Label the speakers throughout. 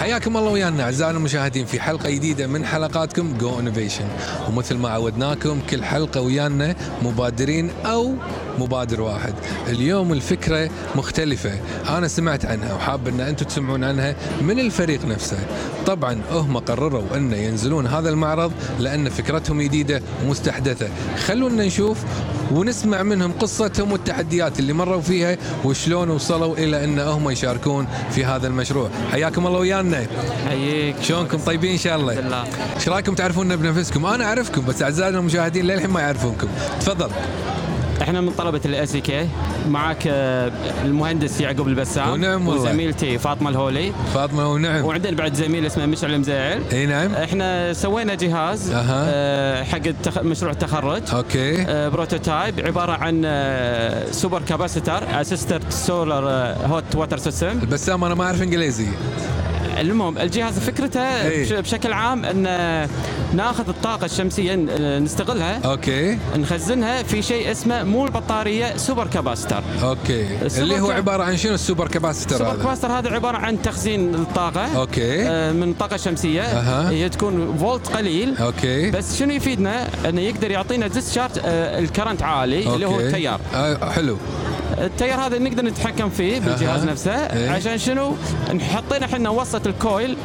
Speaker 1: حياكم الله ويانا اعزائنا المشاهدين في حلقه جديده من حلقاتكم جو انوفيشن ومثل ما عودناكم كل حلقه ويانا مبادرين او مبادر واحد اليوم الفكره مختلفه انا سمعت عنها وحاب ان انتم تسمعون عنها من الفريق نفسه طبعا هم قرروا ان ينزلون هذا المعرض لان فكرتهم جديده ومستحدثه خلونا نشوف ونسمع منهم قصتهم والتحديات اللي مروا فيها وشلون وصلوا الى ان هم يشاركون في هذا المشروع حياكم الله ويانا
Speaker 2: حييك
Speaker 1: شلونكم طيبين ان شاء
Speaker 2: الحمد
Speaker 1: الله
Speaker 2: لله
Speaker 1: ايش رايكم تعرفونا بنفسكم انا اعرفكم بس اعزائنا المشاهدين للحين ما يعرفونكم تفضل
Speaker 2: احنا من طلبه الاس كي معك آه، المهندس يعقوب البسام
Speaker 1: ونعم والله.
Speaker 2: وزميلتي فاطمه الهولي
Speaker 1: فاطمه ونعم
Speaker 2: وعندنا بعد زميل اسمه مشعل المزاعل
Speaker 1: اي نعم
Speaker 2: احنا سوينا جهاز
Speaker 1: أها.
Speaker 2: آه، حق التخ... مشروع التخرج
Speaker 1: اوكي
Speaker 2: آه، بروتوتايب عباره عن آه، سوبر كاباسيتر اسيستر سولار آه، هوت واتر سيستم
Speaker 1: البسام انا ما اعرف انجليزي
Speaker 2: المهم الجهاز فكرته
Speaker 1: إيه.
Speaker 2: بش... بشكل عام ان آه، ناخذ الطاقه الشمسيه آه، نستغلها
Speaker 1: أه. اوكي
Speaker 2: نخزنها في شيء اسمه مو البطاريه سوبر كاباستر
Speaker 1: اوكي
Speaker 2: السوبر
Speaker 1: اللي هو
Speaker 2: كاب-
Speaker 1: عباره عن شنو السوبر كاباسيتر
Speaker 2: سوبر
Speaker 1: هذا
Speaker 2: كاباستر هذا عباره عن تخزين الطاقه
Speaker 1: اوكي
Speaker 2: آه، من طاقه شمسيه
Speaker 1: أها.
Speaker 2: هي تكون فولت قليل
Speaker 1: اوكي
Speaker 2: بس شنو يفيدنا انه يقدر يعطينا ديسشارج آه، الكرنت عالي اللي هو
Speaker 1: أوكي.
Speaker 2: التيار
Speaker 1: آه حلو
Speaker 2: التيار هذا نقدر نتحكم فيه بالجهاز
Speaker 1: أها.
Speaker 2: نفسه
Speaker 1: إيه.
Speaker 2: عشان شنو حطينا احنا وسط الكويل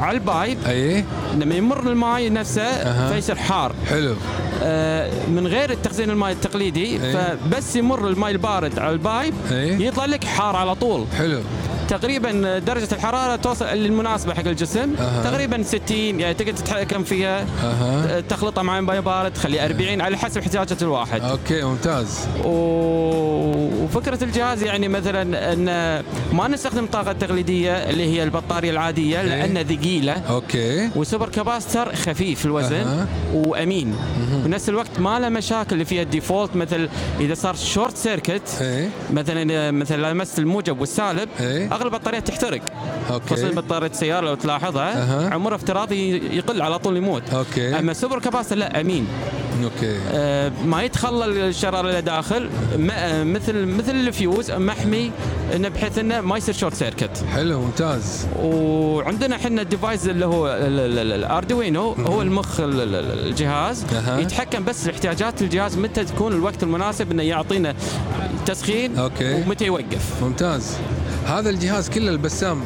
Speaker 2: على البايب
Speaker 1: اي
Speaker 2: لما يمر الماي نفسه
Speaker 1: أها.
Speaker 2: فيصير حار
Speaker 1: حلو
Speaker 2: آه، من غير التخزين الماء التقليدي
Speaker 1: إيه.
Speaker 2: فبس يمر الماء البارد على البايب
Speaker 1: إيه.
Speaker 2: يطلع لك حار على طول
Speaker 1: حلو
Speaker 2: تقريبا درجة الحرارة توصل للمناسبة حق الجسم
Speaker 1: أها.
Speaker 2: تقريبا 60 يعني تقدر تتحكم فيها
Speaker 1: اها
Speaker 2: تخلطها مع ماء بارد تخليه 40 على حسب احتياجة الواحد
Speaker 1: اوكي ممتاز
Speaker 2: و- وفكرة الجهاز يعني مثلا ان ما نستخدم الطاقة التقليدية اللي هي البطارية العادية
Speaker 1: إيه.
Speaker 2: لأنها ثقيلة
Speaker 1: اوكي
Speaker 2: والسوبر كاباستر خفيف الوزن
Speaker 1: أها.
Speaker 2: أه. وامين بنفس الوقت ما له مشاكل اللي فيها الديفولت مثل اذا صار شورت سيركت
Speaker 1: اي
Speaker 2: مثلا مثلا لمست الموجب والسالب
Speaker 1: إيه.
Speaker 2: اغلب البطاريات تحترق خصوصا
Speaker 1: اوكي
Speaker 2: بطاريه السياره لو تلاحظها
Speaker 1: أها.
Speaker 2: عمره افتراضي يقل على طول يموت
Speaker 1: أوكي.
Speaker 2: اما السوبر كاباستر لا امين
Speaker 1: اوكي
Speaker 2: أه ما يتخلل الشرار اللي داخل ما- مثل مثل الفيوز محمي انه بحيث انه ما يصير شورت سيركت
Speaker 1: حلو ممتاز
Speaker 2: وعندنا احنا الديفايس اللي هو ال- ال- ال- الاردوينو هو المخ ال- ال- ال- الجهاز
Speaker 1: أها.
Speaker 2: يتحكم بس باحتياجات الجهاز متى تكون الوقت المناسب انه يعطينا تسخين
Speaker 1: أوكي.
Speaker 2: ومتى يوقف
Speaker 1: ممتاز هذا الجهاز كله البسام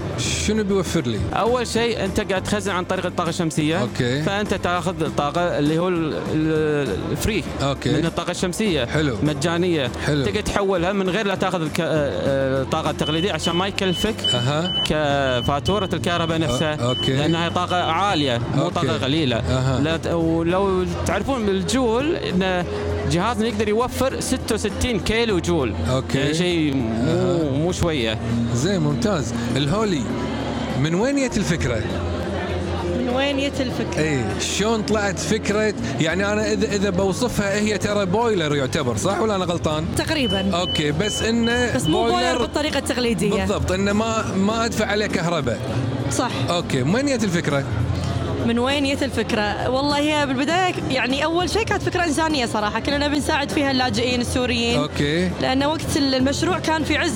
Speaker 1: شنو بيوفر لي؟
Speaker 2: اول شيء انت قاعد تخزن عن طريق الطاقه الشمسيه
Speaker 1: أوكي.
Speaker 2: فانت تاخذ الطاقه اللي هو ال- ال- الفري
Speaker 1: أوكي.
Speaker 2: من الطاقه الشمسيه
Speaker 1: حلو.
Speaker 2: مجانيه
Speaker 1: حلو.
Speaker 2: تقدر تحولها من غير لا تاخذ الك- آه، آه، الطاقه التقليديه عشان ما يكلفك
Speaker 1: اها
Speaker 2: كفاتورة الكهرباء نفسها
Speaker 1: أو- أه. أوكي.
Speaker 2: لأنها طاقة عالية مو
Speaker 1: أوكي.
Speaker 2: طاقة قليلة
Speaker 1: أها.
Speaker 2: لا ت- ولو تعرفون بالجول إن جهازنا يقدر يوفر 66 كيلو جول
Speaker 1: أوكي.
Speaker 2: يعني شيء مو مو شوية
Speaker 1: زين ممتاز الهولي من وين جت الفكره؟
Speaker 3: من وين جت الفكره؟
Speaker 1: اي إيه، شلون طلعت فكره يعني انا اذا اذا بوصفها هي ترى بويلر يعتبر صح ولا انا غلطان؟
Speaker 3: تقريبا
Speaker 1: اوكي بس انه
Speaker 3: بس مو آه، بويلر بالطريقه التقليديه
Speaker 1: بالضبط انه ما ما ادفع عليه كهرباء
Speaker 3: صح
Speaker 1: اوكي من وين جت الفكره؟
Speaker 3: من وين جت الفكره؟ والله هي بالبدايه يعني اول شيء كانت فكره انسانيه صراحه كلنا بنساعد فيها اللاجئين السوريين
Speaker 1: اوكي
Speaker 3: لأن وقت المشروع كان في عز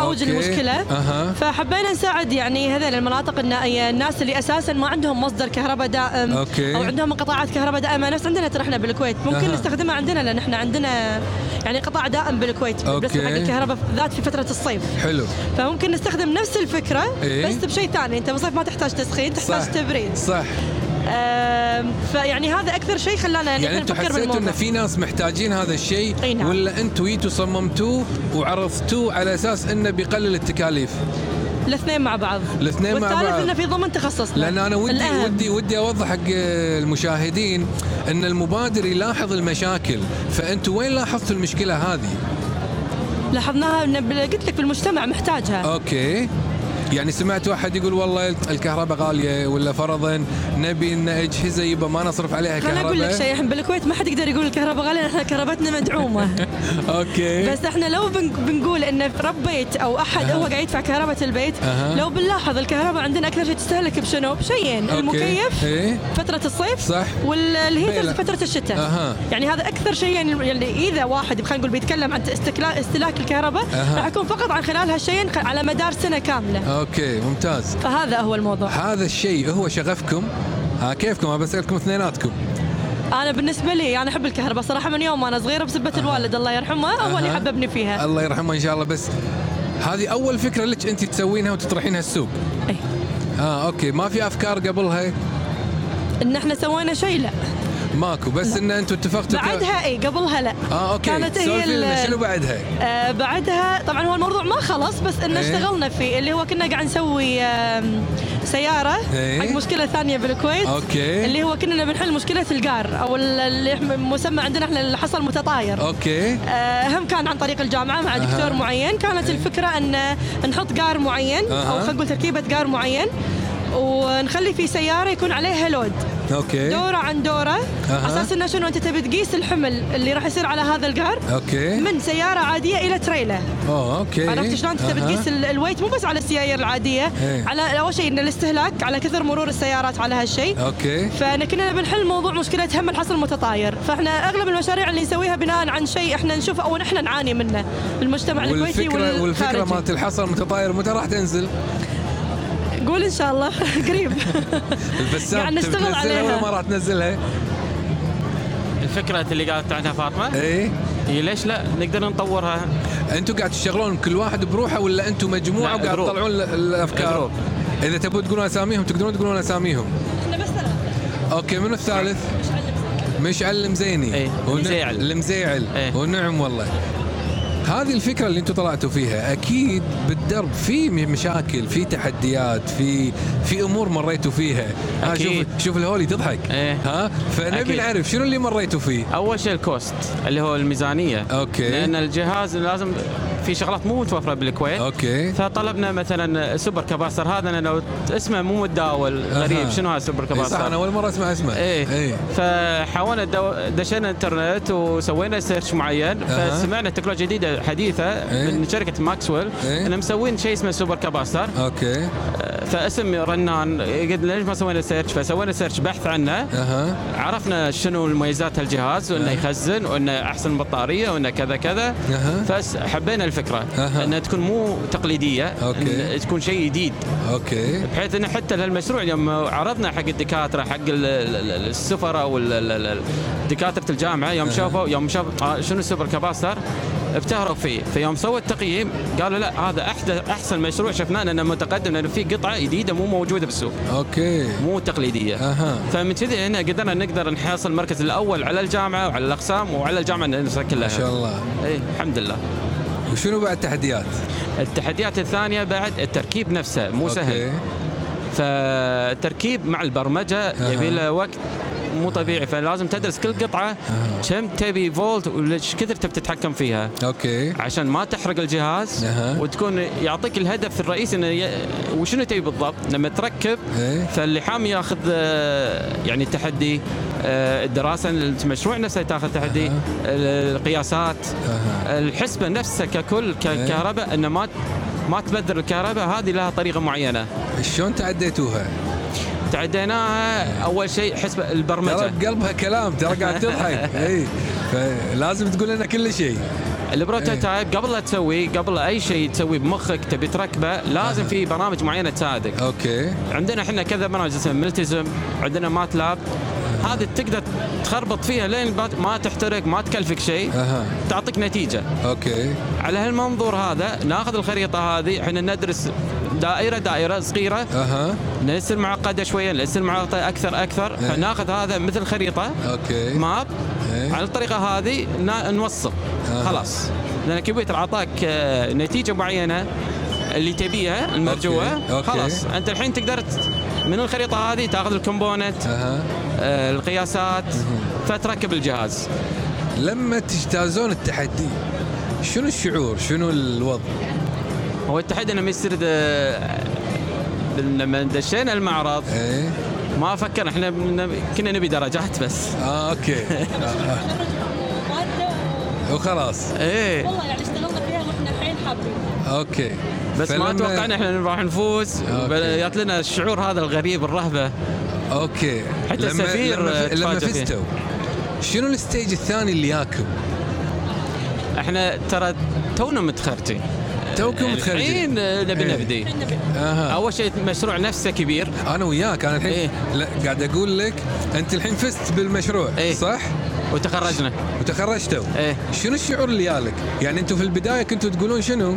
Speaker 3: أوج
Speaker 1: أوكي.
Speaker 3: المشكلة
Speaker 1: أها.
Speaker 3: فحبينا نساعد يعني هذول المناطق النائية الناس اللي أساسا ما عندهم مصدر كهرباء دائم
Speaker 1: أوكي.
Speaker 3: أو عندهم انقطاعات كهرباء دائمة نفس عندنا ترى احنا بالكويت ممكن
Speaker 1: أها.
Speaker 3: نستخدمها عندنا لأن احنا عندنا يعني قطاع دائم بالكويت
Speaker 1: أوكي.
Speaker 3: بالنسبة حق الكهرباء ذات في فترة الصيف
Speaker 1: حلو
Speaker 3: فممكن نستخدم نفس الفكرة
Speaker 1: إيه.
Speaker 3: بس بشيء ثاني أنت بالصيف ما تحتاج تسخين تحتاج
Speaker 1: صح
Speaker 3: تبريد
Speaker 1: صح
Speaker 3: آم، فيعني هذا أكثر شيء خلانا
Speaker 1: يعني
Speaker 3: نحن
Speaker 1: انتم
Speaker 3: نفكر
Speaker 1: حسيتوا ان
Speaker 3: بالموضوع
Speaker 1: في ناس محتاجين هذا الشيء
Speaker 3: أي نعم.
Speaker 1: ولا انتم جيتوا صممتوه وعرضتوه على اساس انه بيقلل التكاليف
Speaker 3: الاثنين مع بعض
Speaker 1: الاثنين مع بعض.
Speaker 3: والثالث انه في ضمن تخصصنا
Speaker 1: لان انا ودي
Speaker 3: الأهم.
Speaker 1: ودي ودي اوضح حق المشاهدين ان المبادر يلاحظ المشاكل فانتم وين لاحظتوا المشكله هذه
Speaker 3: لاحظناها إن بال- قلت لك بالمجتمع محتاجها
Speaker 1: اوكي يعني سمعت واحد يقول والله الكهرباء غاليه ولا فرضا نبي ان اجهزه يبقى ما نصرف عليها
Speaker 3: خليني
Speaker 1: كهرباء
Speaker 3: اقول لك شيء احنا بالكويت ما حد يقدر يقول الكهرباء غاليه احنا كهربتنا مدعومه
Speaker 1: اوكي
Speaker 3: بس احنا لو بن- بنقول ان ربيت او احد هو قاعد يدفع كهرباء البيت
Speaker 1: أها.
Speaker 3: لو بنلاحظ الكهرباء عندنا اكثر شيء تستهلك بشنو؟ بشيئين
Speaker 1: أوكي.
Speaker 3: المكيف
Speaker 1: إيه.
Speaker 3: فترة الصيف
Speaker 1: صح.
Speaker 3: والهيترز
Speaker 1: بيلا.
Speaker 3: فترة الشتاء
Speaker 1: أها.
Speaker 3: يعني هذا اكثر شيء يعني يعني اذا واحد خلينا نقول بيتكلم عن استكلا- استهلاك الكهرباء
Speaker 1: أها.
Speaker 3: راح يكون فقط عن خلال هالشيئين خ- على مدار سنة كاملة
Speaker 1: اوكي ممتاز
Speaker 3: فهذا هو الموضوع
Speaker 1: هذا الشيء هو شغفكم ها كيفكم أنا بسالكم اثنيناتكم
Speaker 3: انا بالنسبه لي انا احب الكهرباء صراحه من يوم وانا صغيره بسبه الوالد الله يرحمه هو اللي
Speaker 1: أها.
Speaker 3: حببني فيها
Speaker 1: الله يرحمه ان شاء الله بس هذه اول فكره لك انت تسوينها وتطرحينها السوق
Speaker 3: أي.
Speaker 1: اه اوكي ما في افكار قبلها
Speaker 3: ان احنا سوينا شيء لا
Speaker 1: ماكو بس ان انتم اتفقتوا ك-
Speaker 3: بعدها اي قبلها لا
Speaker 1: اه اوكي
Speaker 3: كانت هي
Speaker 1: سولفي لنا
Speaker 3: ال-
Speaker 1: شنو بعدها؟
Speaker 3: آه بعدها طبعا هو الموضوع ما خلص بس انه
Speaker 1: إيه.
Speaker 3: اشتغلنا فيه اللي هو كنا قاعد نسوي آم، سياره
Speaker 1: إيه.
Speaker 3: حق مشكله ثانيه بالكويت
Speaker 1: أوكي.
Speaker 3: اللي هو كنا بنحل مشكله الجار او ال- اللي إحنا- مسمى عندنا احنا الحصى المتطاير
Speaker 1: اوكي
Speaker 3: آه، هم كان عن طريق الجامعه مع دكتور
Speaker 1: أها. إيه.
Speaker 3: معين كانت الفكره ان نحط جار معين
Speaker 1: أها.
Speaker 3: او خلينا نقول تركيبه جار معين ونخلي في سياره يكون عليها لود
Speaker 1: اوكي
Speaker 3: دوره عن دوره
Speaker 1: إيه. أها.
Speaker 3: اساس انه شنو انت تبي تقيس الحمل اللي راح يصير على هذا الجار
Speaker 1: اوكي
Speaker 3: من سياره عاديه الى تريلا
Speaker 1: اوه اوكي
Speaker 3: عرفت شلون انت تبي
Speaker 1: إيه. أها.
Speaker 3: تقيس ال- الويت مو بس على السيايير العاديه
Speaker 1: إيه.
Speaker 3: على اول شيء ان الاستهلاك على كثر مرور السيارات على هالشيء
Speaker 1: اوكي
Speaker 3: فاحنا كنا بنحل موضوع مشكله هم الحصى المتطاير فاحنا اغلب المشاريع اللي نسويها بناء عن شيء احنا نشوفه او نحن نعاني منه بالمجتمع الكويتي
Speaker 1: والفكره والفكره
Speaker 3: والخارجي
Speaker 1: مالت الحصر المتطاير متى راح تنزل؟
Speaker 3: قول ان شاء الله قريب
Speaker 1: البسام
Speaker 3: قاعد
Speaker 1: تبي
Speaker 3: نشتغل
Speaker 1: تنزلها ولا
Speaker 3: عليها.
Speaker 1: ما راح تنزلها؟
Speaker 2: الفكره اللي قالت عنها فاطمه
Speaker 1: اي
Speaker 2: هي ليش لا نقدر نطورها
Speaker 1: انتم قاعد تشتغلون كل واحد بروحه ولا انتم مجموعه
Speaker 2: لا،
Speaker 1: وقاعد
Speaker 2: جروب.
Speaker 1: تطلعون ال- الافكار؟
Speaker 2: جروب.
Speaker 1: اذا تبون تقولون اساميهم تقدرون تقولون اساميهم.
Speaker 3: احنا بس ثلاثة.
Speaker 1: اوكي منو الثالث؟ مشعل المزيني
Speaker 2: إيه،
Speaker 1: ونع-
Speaker 2: المزيعل.
Speaker 1: المزيعل
Speaker 2: إيه.
Speaker 1: ونعم والله هذه الفكره اللي انتم طلعتوا فيها اكيد بالدرب في م- مشاكل في تحديات في في امور مريتوا فيها ها شوف
Speaker 2: أكيد.
Speaker 1: شوف الهولي تضحك
Speaker 2: إيه.
Speaker 1: ها فنبي
Speaker 2: أكيد.
Speaker 1: نعرف شنو اللي مريتوا فيه
Speaker 2: اول شيء الكوست اللي هو الميزانيه
Speaker 1: أوكي.
Speaker 2: لان الجهاز لازم في شغلات مو متوفره بالكويت
Speaker 1: اوكي
Speaker 2: فطلبنا مثلا سوبر كباستر هذا أنا لو اسمه مو متداول غريب
Speaker 1: أها.
Speaker 2: شنو هذا سوبر
Speaker 1: إيه، صح
Speaker 2: كباستر
Speaker 1: انا اول مره اسمع اسمه
Speaker 2: ايه
Speaker 1: إيه.
Speaker 2: فحاولنا دو- دشينا الانترنت وسوينا سيرش معين
Speaker 1: أها.
Speaker 2: فسمعنا تكنولوجيا جديده حديثه
Speaker 1: إيه.
Speaker 2: من شركه ماكسويل
Speaker 1: إيه. أه.
Speaker 2: انهم مسوين شيء اسمه سوبر كباستر
Speaker 1: اوكي
Speaker 2: فاسم رنان قلنا ليش ما سوينا سيرش فسوينا سيرش بحث عنه
Speaker 1: اها
Speaker 2: عرفنا شنو المميزات هالجهاز وانه يخزن وانه احسن بطاريه وانه كذا كذا
Speaker 1: أها.
Speaker 2: فحبينا الفكره
Speaker 1: أها.
Speaker 2: انها تكون مو تقليديه
Speaker 1: أوكي.
Speaker 2: إن تكون شيء جديد
Speaker 1: اوكي
Speaker 2: بحيث انه حتى للمشروع يوم عرضنا حق الدكاتره حق ال- ال- ال- السفراء وال- ال- ال- دكاتره الجامعه يوم شافوا يوم شاف آه، شنو السوبر كباستر ابتهروا فيه فيوم سووا التقييم قالوا لا هذا احدث احسن مشروع شفناه لانه متقدم لانه في قطعه جديده مو موجوده بالسوق
Speaker 1: اوكي
Speaker 2: مو تقليديه
Speaker 1: اها
Speaker 2: فمن كذي هنا قدرنا نقدر نحصل المركز الاول على الجامعه وعلى الاقسام وعلى الجامعه نفسها
Speaker 1: ما
Speaker 2: كلها
Speaker 1: شاء الله
Speaker 2: اي إيه، الحمد لله
Speaker 1: وشنو بعد تحديات؟
Speaker 2: التحديات الثانيه بعد التركيب نفسه مو سهل
Speaker 1: أوكي.
Speaker 2: فالتركيب مع البرمجه يبي له وقت مو طبيعي فلازم تدرس كل قطعه كم تبي فولت وش كثر تبي تتحكم فيها
Speaker 1: اوكي
Speaker 2: عشان ما تحرق الجهاز
Speaker 1: أها.
Speaker 2: وتكون يعطيك الهدف الرئيسي انه ي- وشنو تبي بالضبط لما تركب
Speaker 1: إيه.
Speaker 2: فاللحام ياخذ آه، يعني تحدي آه، الدراسه المشروع نفسه تاخذ تحدي ال- القياسات
Speaker 1: أها.
Speaker 2: الحسبه نفسها ككل
Speaker 1: إيه.
Speaker 2: ككهرباء انه ما ما تبذر الكهرباء هذه لها طريقه معينه
Speaker 1: شلون تعديتوها؟
Speaker 2: تعديناها اول شيء حسبه
Speaker 1: ترى
Speaker 2: البرمجه
Speaker 1: بقلبها كلام ترى قاعد تضحك اي فلازم تقول لنا كل شيء إيه.
Speaker 2: البروتوتايب قبل لا تسوي قبل اي شيء تسوي بمخك تبي تركبه لازم في برامج معينه تساعدك
Speaker 1: اوكي
Speaker 2: عندنا احنا كذا برامج اسمها ملتزم عندنا ماتلاب هذه تقدر تخربط فيها لين ما- ما تحترق ما تكلفك شيء
Speaker 1: اها
Speaker 2: تعطيك نتيجه
Speaker 1: اوكي
Speaker 2: على هالمنظور هذا ناخذ الخريطه هذه احنا ندرس دائره دائره صغيره
Speaker 1: اها
Speaker 2: ليس معقده شويه ليس معقده اكثر اكثر فناخذ هذا مثل خريطه
Speaker 1: اوكي
Speaker 2: ماب
Speaker 1: إيه.
Speaker 2: على الطريقه هذه نا- نوصل
Speaker 1: آه.
Speaker 2: خلاص لان الكمبيوتر اعطاك آه، نتيجه معينه اللي تبيها
Speaker 1: أوكي،
Speaker 2: المرجوه
Speaker 1: أوكي.
Speaker 2: خلاص انت الحين تقدر ت- من الخريطه هذه تاخذ الكومبوننت
Speaker 1: اها
Speaker 2: آه، القياسات فتركب الجهاز
Speaker 1: لما تجتازون التحدي شنو الشعور؟ شنو الوضع؟
Speaker 2: هو التحدي لما يصير ذا- لما دشينا المعرض
Speaker 1: ايه
Speaker 2: ما فكرنا احنا بن- كنا نبي درجات بس
Speaker 1: اه اوكي آه، آه. وخلاص إيه.
Speaker 2: ايه
Speaker 3: والله يعني اشتغلنا فيها واحنا الحين حابين
Speaker 1: اوكي
Speaker 2: بس ما
Speaker 1: فلما-
Speaker 2: توقعنا احنا راح نفوز
Speaker 1: أوكي.
Speaker 2: جات لنا الشعور هذا الغريب الرهبه
Speaker 1: اوكي
Speaker 2: حتى
Speaker 1: لما-
Speaker 2: السفير
Speaker 1: لما, ف- لما
Speaker 2: تفاجأ فيه.
Speaker 1: فزتوا شنو الستيج الثاني اللي ياكم؟
Speaker 2: احنا ترى تونا متخرجين
Speaker 1: توكم متخرجين
Speaker 2: الحين آه، نبي
Speaker 1: إيه.
Speaker 2: نبدي
Speaker 1: اها
Speaker 2: اول شيء المشروع نفسه كبير
Speaker 1: انا وياك انا الحين
Speaker 2: إيه.
Speaker 1: لا قاعد اقول لك انت الحين فزت بالمشروع
Speaker 2: إيه.
Speaker 1: صح؟
Speaker 2: وتخرجنا
Speaker 1: وتخرجتوا
Speaker 2: إيه.
Speaker 1: شنو الشعور اللي يالك؟ يعني انتم في البدايه كنتوا تقولون شنو؟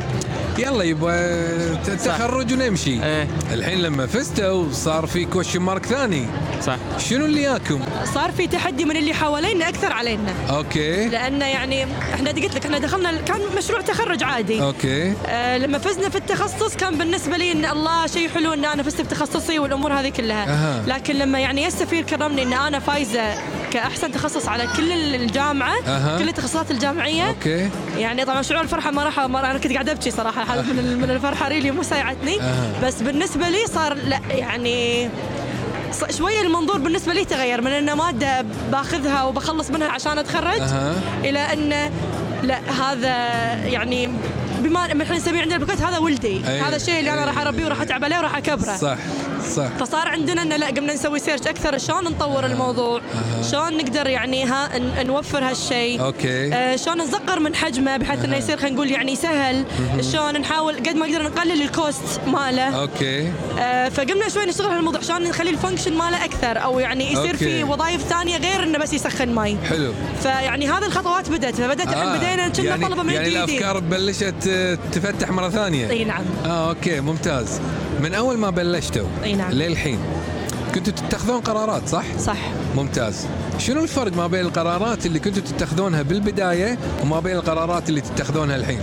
Speaker 1: يلا يبا ت- تخرج ونمشي
Speaker 2: إيه.
Speaker 1: الحين لما فزتوا صار في كوشن مارك ثاني
Speaker 2: صح
Speaker 1: شنو اللي ياكم؟
Speaker 3: صار في تحدي من اللي حوالينا اكثر علينا
Speaker 1: اوكي
Speaker 3: لانه يعني احنا قلت لك احنا دخلنا كان مشروع تخرج عادي
Speaker 1: اوكي
Speaker 3: آه، لما فزنا في التخصص كان بالنسبه لي ان الله شيء حلو ان انا فزت بتخصصي والامور هذه كلها
Speaker 1: أها.
Speaker 3: لكن لما يعني السفير كرمني ان انا فايزه كاحسن تخصص على كل الجامعه
Speaker 1: أها.
Speaker 3: كل التخصصات الجامعيه
Speaker 1: اوكي
Speaker 3: يعني طبعا شعور الفرحه ما راح ما راح- انا كنت قاعده ابكي صراحه
Speaker 1: آه.
Speaker 3: من ال- من الفرحه ريلي مو ساعدتني
Speaker 1: أها.
Speaker 3: بس بالنسبه لي صار لا يعني ص- شويه المنظور بالنسبه لي تغير من انه ماده باخذها وبخلص منها عشان اتخرج
Speaker 1: أها.
Speaker 3: الى ان لا هذا يعني بما إن احنا نسميه عندنا بالكويت هذا ولدي
Speaker 1: أي.
Speaker 3: هذا الشيء اللي انا راح اربيه وراح اتعب عليه وراح اكبره
Speaker 1: صح صح
Speaker 3: فصار عندنا انه لا قمنا نسوي سيرش اكثر شلون نطور الموضوع شلون نقدر يعني ها ن- نوفر هالشيء
Speaker 1: أوكي.
Speaker 3: آه شلون نصغر من حجمه بحيث انه يصير خلينا نقول يعني سهل شلون نحاول قد ما نقدر نقلل الكوست ماله
Speaker 1: اوكي
Speaker 3: آه فقمنا شوي نشتغل على الموضوع شلون نخلي الفانكشن ماله اكثر او يعني يصير
Speaker 1: أوكي.
Speaker 3: في وظائف ثانيه غير انه بس يسخن ماي
Speaker 1: حلو
Speaker 3: فيعني هذه الخطوات بدت فبدت الحين
Speaker 1: آه،
Speaker 3: بدينا كنا
Speaker 1: يعني
Speaker 3: طلبه من
Speaker 1: يعني
Speaker 3: جديد
Speaker 1: الافكار بلشت آه، تفتح مره ثانيه
Speaker 3: اي نعم
Speaker 1: اه اوكي ممتاز من اول ما بلشتوا
Speaker 3: أي نعم.
Speaker 1: للحين كنتوا تتخذون قرارات صح؟
Speaker 3: صح
Speaker 1: ممتاز شنو الفرق ما بين القرارات اللي كنتوا تتخذونها بالبدايه وما بين القرارات اللي تتخذونها الحين؟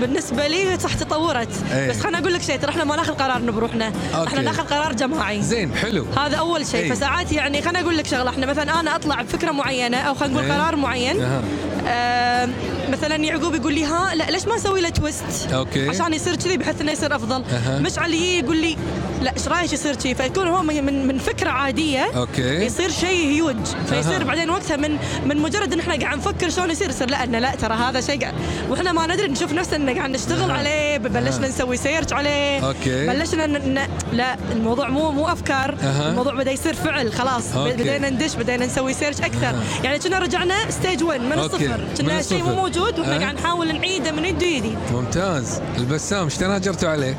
Speaker 3: بالنسبه لي صح تطورت
Speaker 1: إيه.
Speaker 3: بس خليني اقول لك شيء ترى احنا ما ناخذ قرارنا بروحنا
Speaker 1: أوكي.
Speaker 3: احنا ناخذ قرار جماعي
Speaker 1: زين حلو
Speaker 3: هذا اول
Speaker 1: إيه.
Speaker 3: شيء فساعات يعني خليني اقول لك شغله احنا مثلا انا اطلع بفكره معينه او خلينا نقول
Speaker 1: إيه.
Speaker 3: قرار معين
Speaker 1: أها.
Speaker 3: آه مثلا يعقوب يقول لي ها لا ليش ما نسوي له تويست
Speaker 1: أوكي.
Speaker 3: عشان يصير كذي بحيث انه يصير افضل
Speaker 1: أها.
Speaker 3: مشعل يجي يقول لي لا ايش رايك يصير كذي فيكون هو من من فكره عاديه
Speaker 1: اوكي
Speaker 3: يصير شيء هيوج فيصير
Speaker 1: أها.
Speaker 3: بعدين وقتها من من مجرد ان احنا قاعد نفكر شلون يصير يصير لا انه لا ترى هذا شيء قاعد واحنا ما ندري نشوف نفسنا قاعد نشتغل عليه بلشنا نسوي سيرش عليه
Speaker 1: أوكي.
Speaker 3: بلشنا ن... ن... لا الموضوع مو مو افكار
Speaker 1: أها.
Speaker 3: الموضوع بدا يصير فعل خلاص
Speaker 1: أوكي.
Speaker 3: بدينا ندش بدينا نسوي سيرش اكثر
Speaker 1: أها.
Speaker 3: يعني كنا رجعنا ستيج 1 من
Speaker 1: أوكي.
Speaker 3: الصفر
Speaker 1: من
Speaker 3: كنا شيء مو
Speaker 1: الصفر.
Speaker 3: موجود واحنا
Speaker 1: أه.
Speaker 3: قاعد نحاول نعيده من يد ويدي
Speaker 1: ممتاز البسام ايش تناجرتوا عليه؟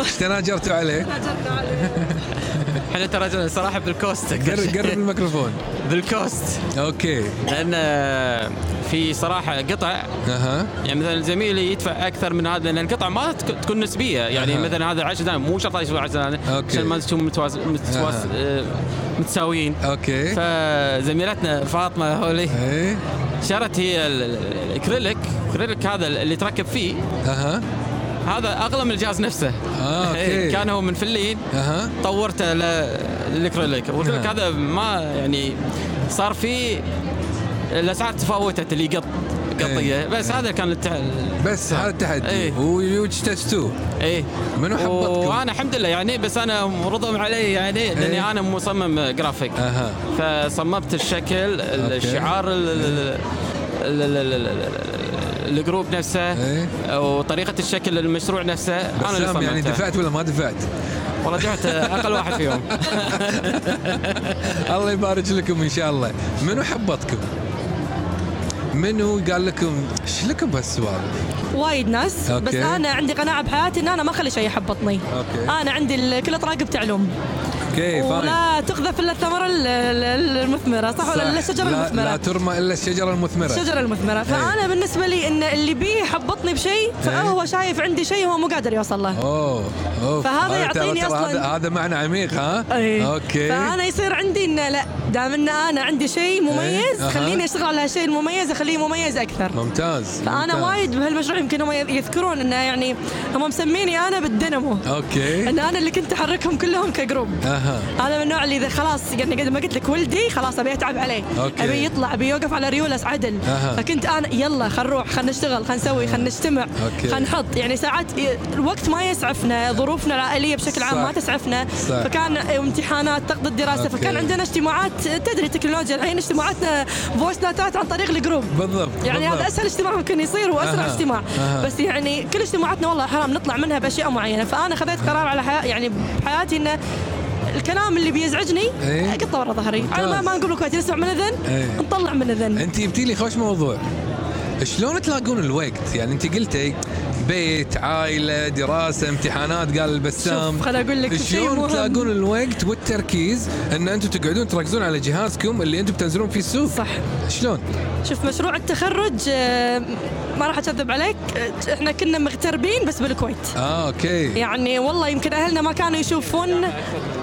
Speaker 1: ايش تناجرتوا عليه؟
Speaker 2: احنا ترى صراحه بالكوست
Speaker 1: قرب قرب الميكروفون
Speaker 2: بالكوست
Speaker 1: اوكي
Speaker 2: لان في صراحه قطع
Speaker 1: اها
Speaker 2: يعني مثلا زميلي يدفع اكثر من هذا لان القطع ما تك- تكون نسبيه يعني
Speaker 1: أها.
Speaker 2: مثلا هذا 10 دنانير مو شرط يدفع 10 دنانير
Speaker 1: أوكي.
Speaker 2: عشان ما تكون متواز... متواز...
Speaker 1: أها.
Speaker 2: آه، متساويين
Speaker 1: اوكي
Speaker 2: فزميلتنا فاطمه هولي
Speaker 1: ايه
Speaker 2: شرت هي ال- ال- الاكريليك الاكريليك هذا اللي تركب فيه
Speaker 1: اها
Speaker 2: هذا اغلى من الجهاز نفسه إيه،
Speaker 1: آه، أوكي.
Speaker 2: كان هو من فلين
Speaker 1: اها
Speaker 2: طورته للاكريليك والاكريليك
Speaker 1: نعم.
Speaker 2: هذا ما يعني صار في الاسعار تفاوتت اللي قط
Speaker 1: إيه.
Speaker 2: قطيه بس هذا كان التع...
Speaker 1: بس هذا التحدي
Speaker 2: إيه.
Speaker 1: ويوج تستو
Speaker 2: ايه
Speaker 1: منو حبطكم؟
Speaker 2: وانا الحمد لله يعني بس انا مرضهم علي يعني لاني
Speaker 1: إيه.
Speaker 2: انا مصمم جرافيك
Speaker 1: اها
Speaker 2: فصممت الشكل
Speaker 1: أوكي.
Speaker 2: الشعار ال- ال- ال- ال- ال- ال- الجروب نفسه
Speaker 1: إيه.
Speaker 2: وطريقه الشكل المشروع نفسه انا اللي
Speaker 1: بسام
Speaker 2: صممتها
Speaker 1: يعني دفعت ولا ما دفعت؟
Speaker 2: والله دفعت اقل واحد فيهم
Speaker 1: الله يبارك لكم ان شاء الله منو حبطكم منو قال لكم ايش لكم بهالسوالف
Speaker 3: وايد ناس
Speaker 1: أوكي.
Speaker 3: بس انا عندي قناعه بحياتي ان انا ما اخلي شيء يحبطني
Speaker 1: أوكي. إيه،
Speaker 3: انا عندي ال- كل طراق بتعلوم
Speaker 1: اوكي فاين
Speaker 3: ولا تقذف الا الثمره ال- ال- المثمره صح, ولا لا الشجره
Speaker 1: لا, لا إيه.
Speaker 3: المثمره
Speaker 1: ترمى الا الشجره المثمره
Speaker 3: الشجره المثمره فانا بالنسبه لي ان اللي بيه يحبطني بشيء
Speaker 1: إيه.
Speaker 3: فهو شايف عندي شيء هو مو قادر يوصل له
Speaker 1: اوه اوه
Speaker 3: فهذا يعطيني أصلاً- إيه.
Speaker 1: هذا, هذا معنى عميق ها
Speaker 3: أي.
Speaker 1: اوكي
Speaker 3: فانا يصير عندي انه لا دام ان انا عندي شيء مميز
Speaker 1: إيه. أها.
Speaker 3: خليني اشتغل على هالشيء المميز اخليه مميز اكثر
Speaker 1: ممتاز
Speaker 3: فانا
Speaker 1: ممتاز.
Speaker 3: وايد بهالمشروع يمكن هم يذكرون انه يعني هم مسميني انا بالدينامو
Speaker 1: اوكي
Speaker 3: ان انا اللي كنت احركهم كلهم كجروب
Speaker 1: اها
Speaker 3: انا من النوع اللي اذا خلاص يعني قد ما قلت لك ولدي خلاص ابي اتعب عليه
Speaker 1: أوكي.
Speaker 3: ابي يطلع ابي يوقف على ريولس عدل
Speaker 1: أها.
Speaker 3: فكنت انا يلا خل نروح خل نشتغل خل نسوي خل نجتمع
Speaker 1: أوكي.
Speaker 3: خل نحط يعني ساعات ي- الوقت ما يسعفنا ظروفنا العائليه بشكل عام
Speaker 1: صح.
Speaker 3: ما تسعفنا
Speaker 1: صح.
Speaker 3: فكان امتحانات تقضي الدراسه
Speaker 1: أوكي.
Speaker 3: فكان عندنا اجتماعات تدري التكنولوجيا الحين اجتماعاتنا فويس نوتات عن طريق الجروب
Speaker 1: بالضبط
Speaker 3: يعني
Speaker 1: بالضبط.
Speaker 3: هذا اسهل اجتماع ممكن يصير واسرع
Speaker 1: أها.
Speaker 3: اجتماع
Speaker 1: أها.
Speaker 3: بس يعني كل اجتماعاتنا والله حرام نطلع منها باشياء معينه فانا خذيت قرار على حياتي يعني بحياتي انه الكلام اللي بيزعجني
Speaker 1: إيه.
Speaker 3: اقطه ورا ظهري على ما,
Speaker 1: ممتاز.
Speaker 3: ما نقول بالكويت نسمع من اذن
Speaker 1: إيه.
Speaker 3: نطلع من اذن
Speaker 1: انت جبتي لي خوش موضوع شلون تلاقون الوقت؟ يعني انت قلتي بيت، عائله، دراسه، امتحانات قال البسام
Speaker 3: شوف، خل أقول لك شيء
Speaker 1: شلون
Speaker 3: مهم.
Speaker 1: تلاقون الوقت والتركيز ان انتم تقعدون تركزون على جهازكم اللي انتم بتنزلون فيه السوق؟
Speaker 3: صح
Speaker 1: شلون؟
Speaker 3: شوف مشروع التخرج آه، ما راح اكذب عليك آه، احنا كنا مغتربين بس بالكويت
Speaker 1: اه اوكي
Speaker 3: يعني والله يمكن اهلنا ما كانوا يشوفون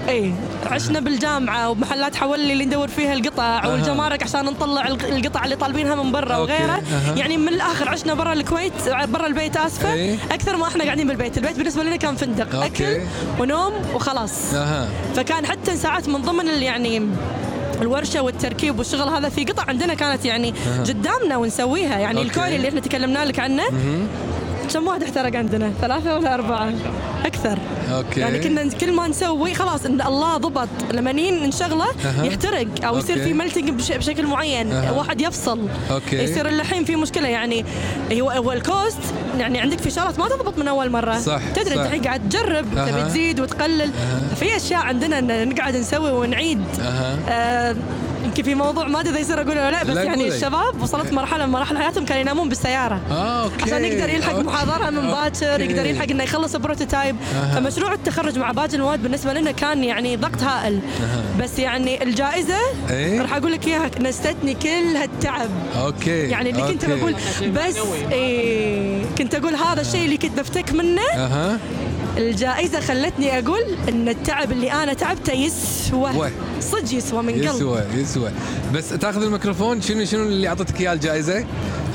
Speaker 3: اي عشنا بالجامعه وبمحلات حوالي اللي ندور فيها القطع
Speaker 1: أها.
Speaker 3: والجمارك عشان نطلع الق- القطع اللي طالبينها من برا
Speaker 1: أوكي،
Speaker 3: وغيره
Speaker 1: أها.
Speaker 3: يعني من الاخر عشنا برا الكويت برا البيت اسفه
Speaker 1: إيه.
Speaker 3: اكثر ما احنا قاعدين بالبيت البيت بالنسبه لنا كان فندق
Speaker 1: أوكي.
Speaker 3: اكل ونوم وخلاص
Speaker 1: اها
Speaker 3: فكان حتى ساعات من ضمن ال- يعني الورشه والتركيب والشغل هذا في قطع عندنا كانت يعني
Speaker 1: أها.
Speaker 3: قدامنا ونسويها يعني
Speaker 1: أوكي.
Speaker 3: الكوري اللي احنا تكلمنا لك عنه كم واحد احترق عندنا؟ ثلاثة ولا أربعة؟ أكثر
Speaker 1: اوكي
Speaker 3: يعني كنا كل ما نسوي خلاص ان الله ضبط لما نين نشغله
Speaker 1: أها.
Speaker 3: يحترق او يصير
Speaker 1: أوكي.
Speaker 3: في ملتنج بش بشكل معين
Speaker 1: أها.
Speaker 3: واحد يفصل
Speaker 1: أوكي.
Speaker 3: يصير الحين في مشكله يعني هو هو الكوست يعني عندك في شغلات ما تضبط من اول مره
Speaker 1: صح،
Speaker 3: تدري
Speaker 1: صح.
Speaker 3: انت الحين قاعد تجرب تبي
Speaker 1: أها.
Speaker 3: تزيد وتقلل في اشياء عندنا إن نقعد نسوي ونعيد
Speaker 1: اها
Speaker 3: آه، يمكن في موضوع ما ادري اذا يصير اقوله ولا لا بس
Speaker 1: لا
Speaker 3: يعني
Speaker 1: قولي.
Speaker 3: الشباب وصلت مرحله من مراحل حياتهم كانوا ينامون بالسياره
Speaker 1: اه اوكي
Speaker 3: عشان يقدر يلحق
Speaker 1: أوكي.
Speaker 3: محاضرها من باكر
Speaker 1: أوكي.
Speaker 3: يقدر يلحق انه يخلص بروتوتايب
Speaker 1: أها.
Speaker 3: فمشروع التخرج مع باقي المواد بالنسبه لنا كان يعني ضغط هائل بس يعني الجائزه
Speaker 1: إيه.
Speaker 3: راح اقول لك اياها نستتني كل هالتعب
Speaker 1: اوكي
Speaker 3: يعني اللي كنت
Speaker 1: أوكي.
Speaker 3: بقول بس إيه كنت اقول هذا الشيء اللي كنت بفتك منه
Speaker 1: اها
Speaker 3: الجائزه خلتني اقول ان التعب اللي انا تعبته
Speaker 1: وه.
Speaker 3: يسوى صدق يسوى من قلب
Speaker 1: يسوى يسوى بس تاخذ الميكروفون شنو شنو اللي اعطتك اياه الجائزه؟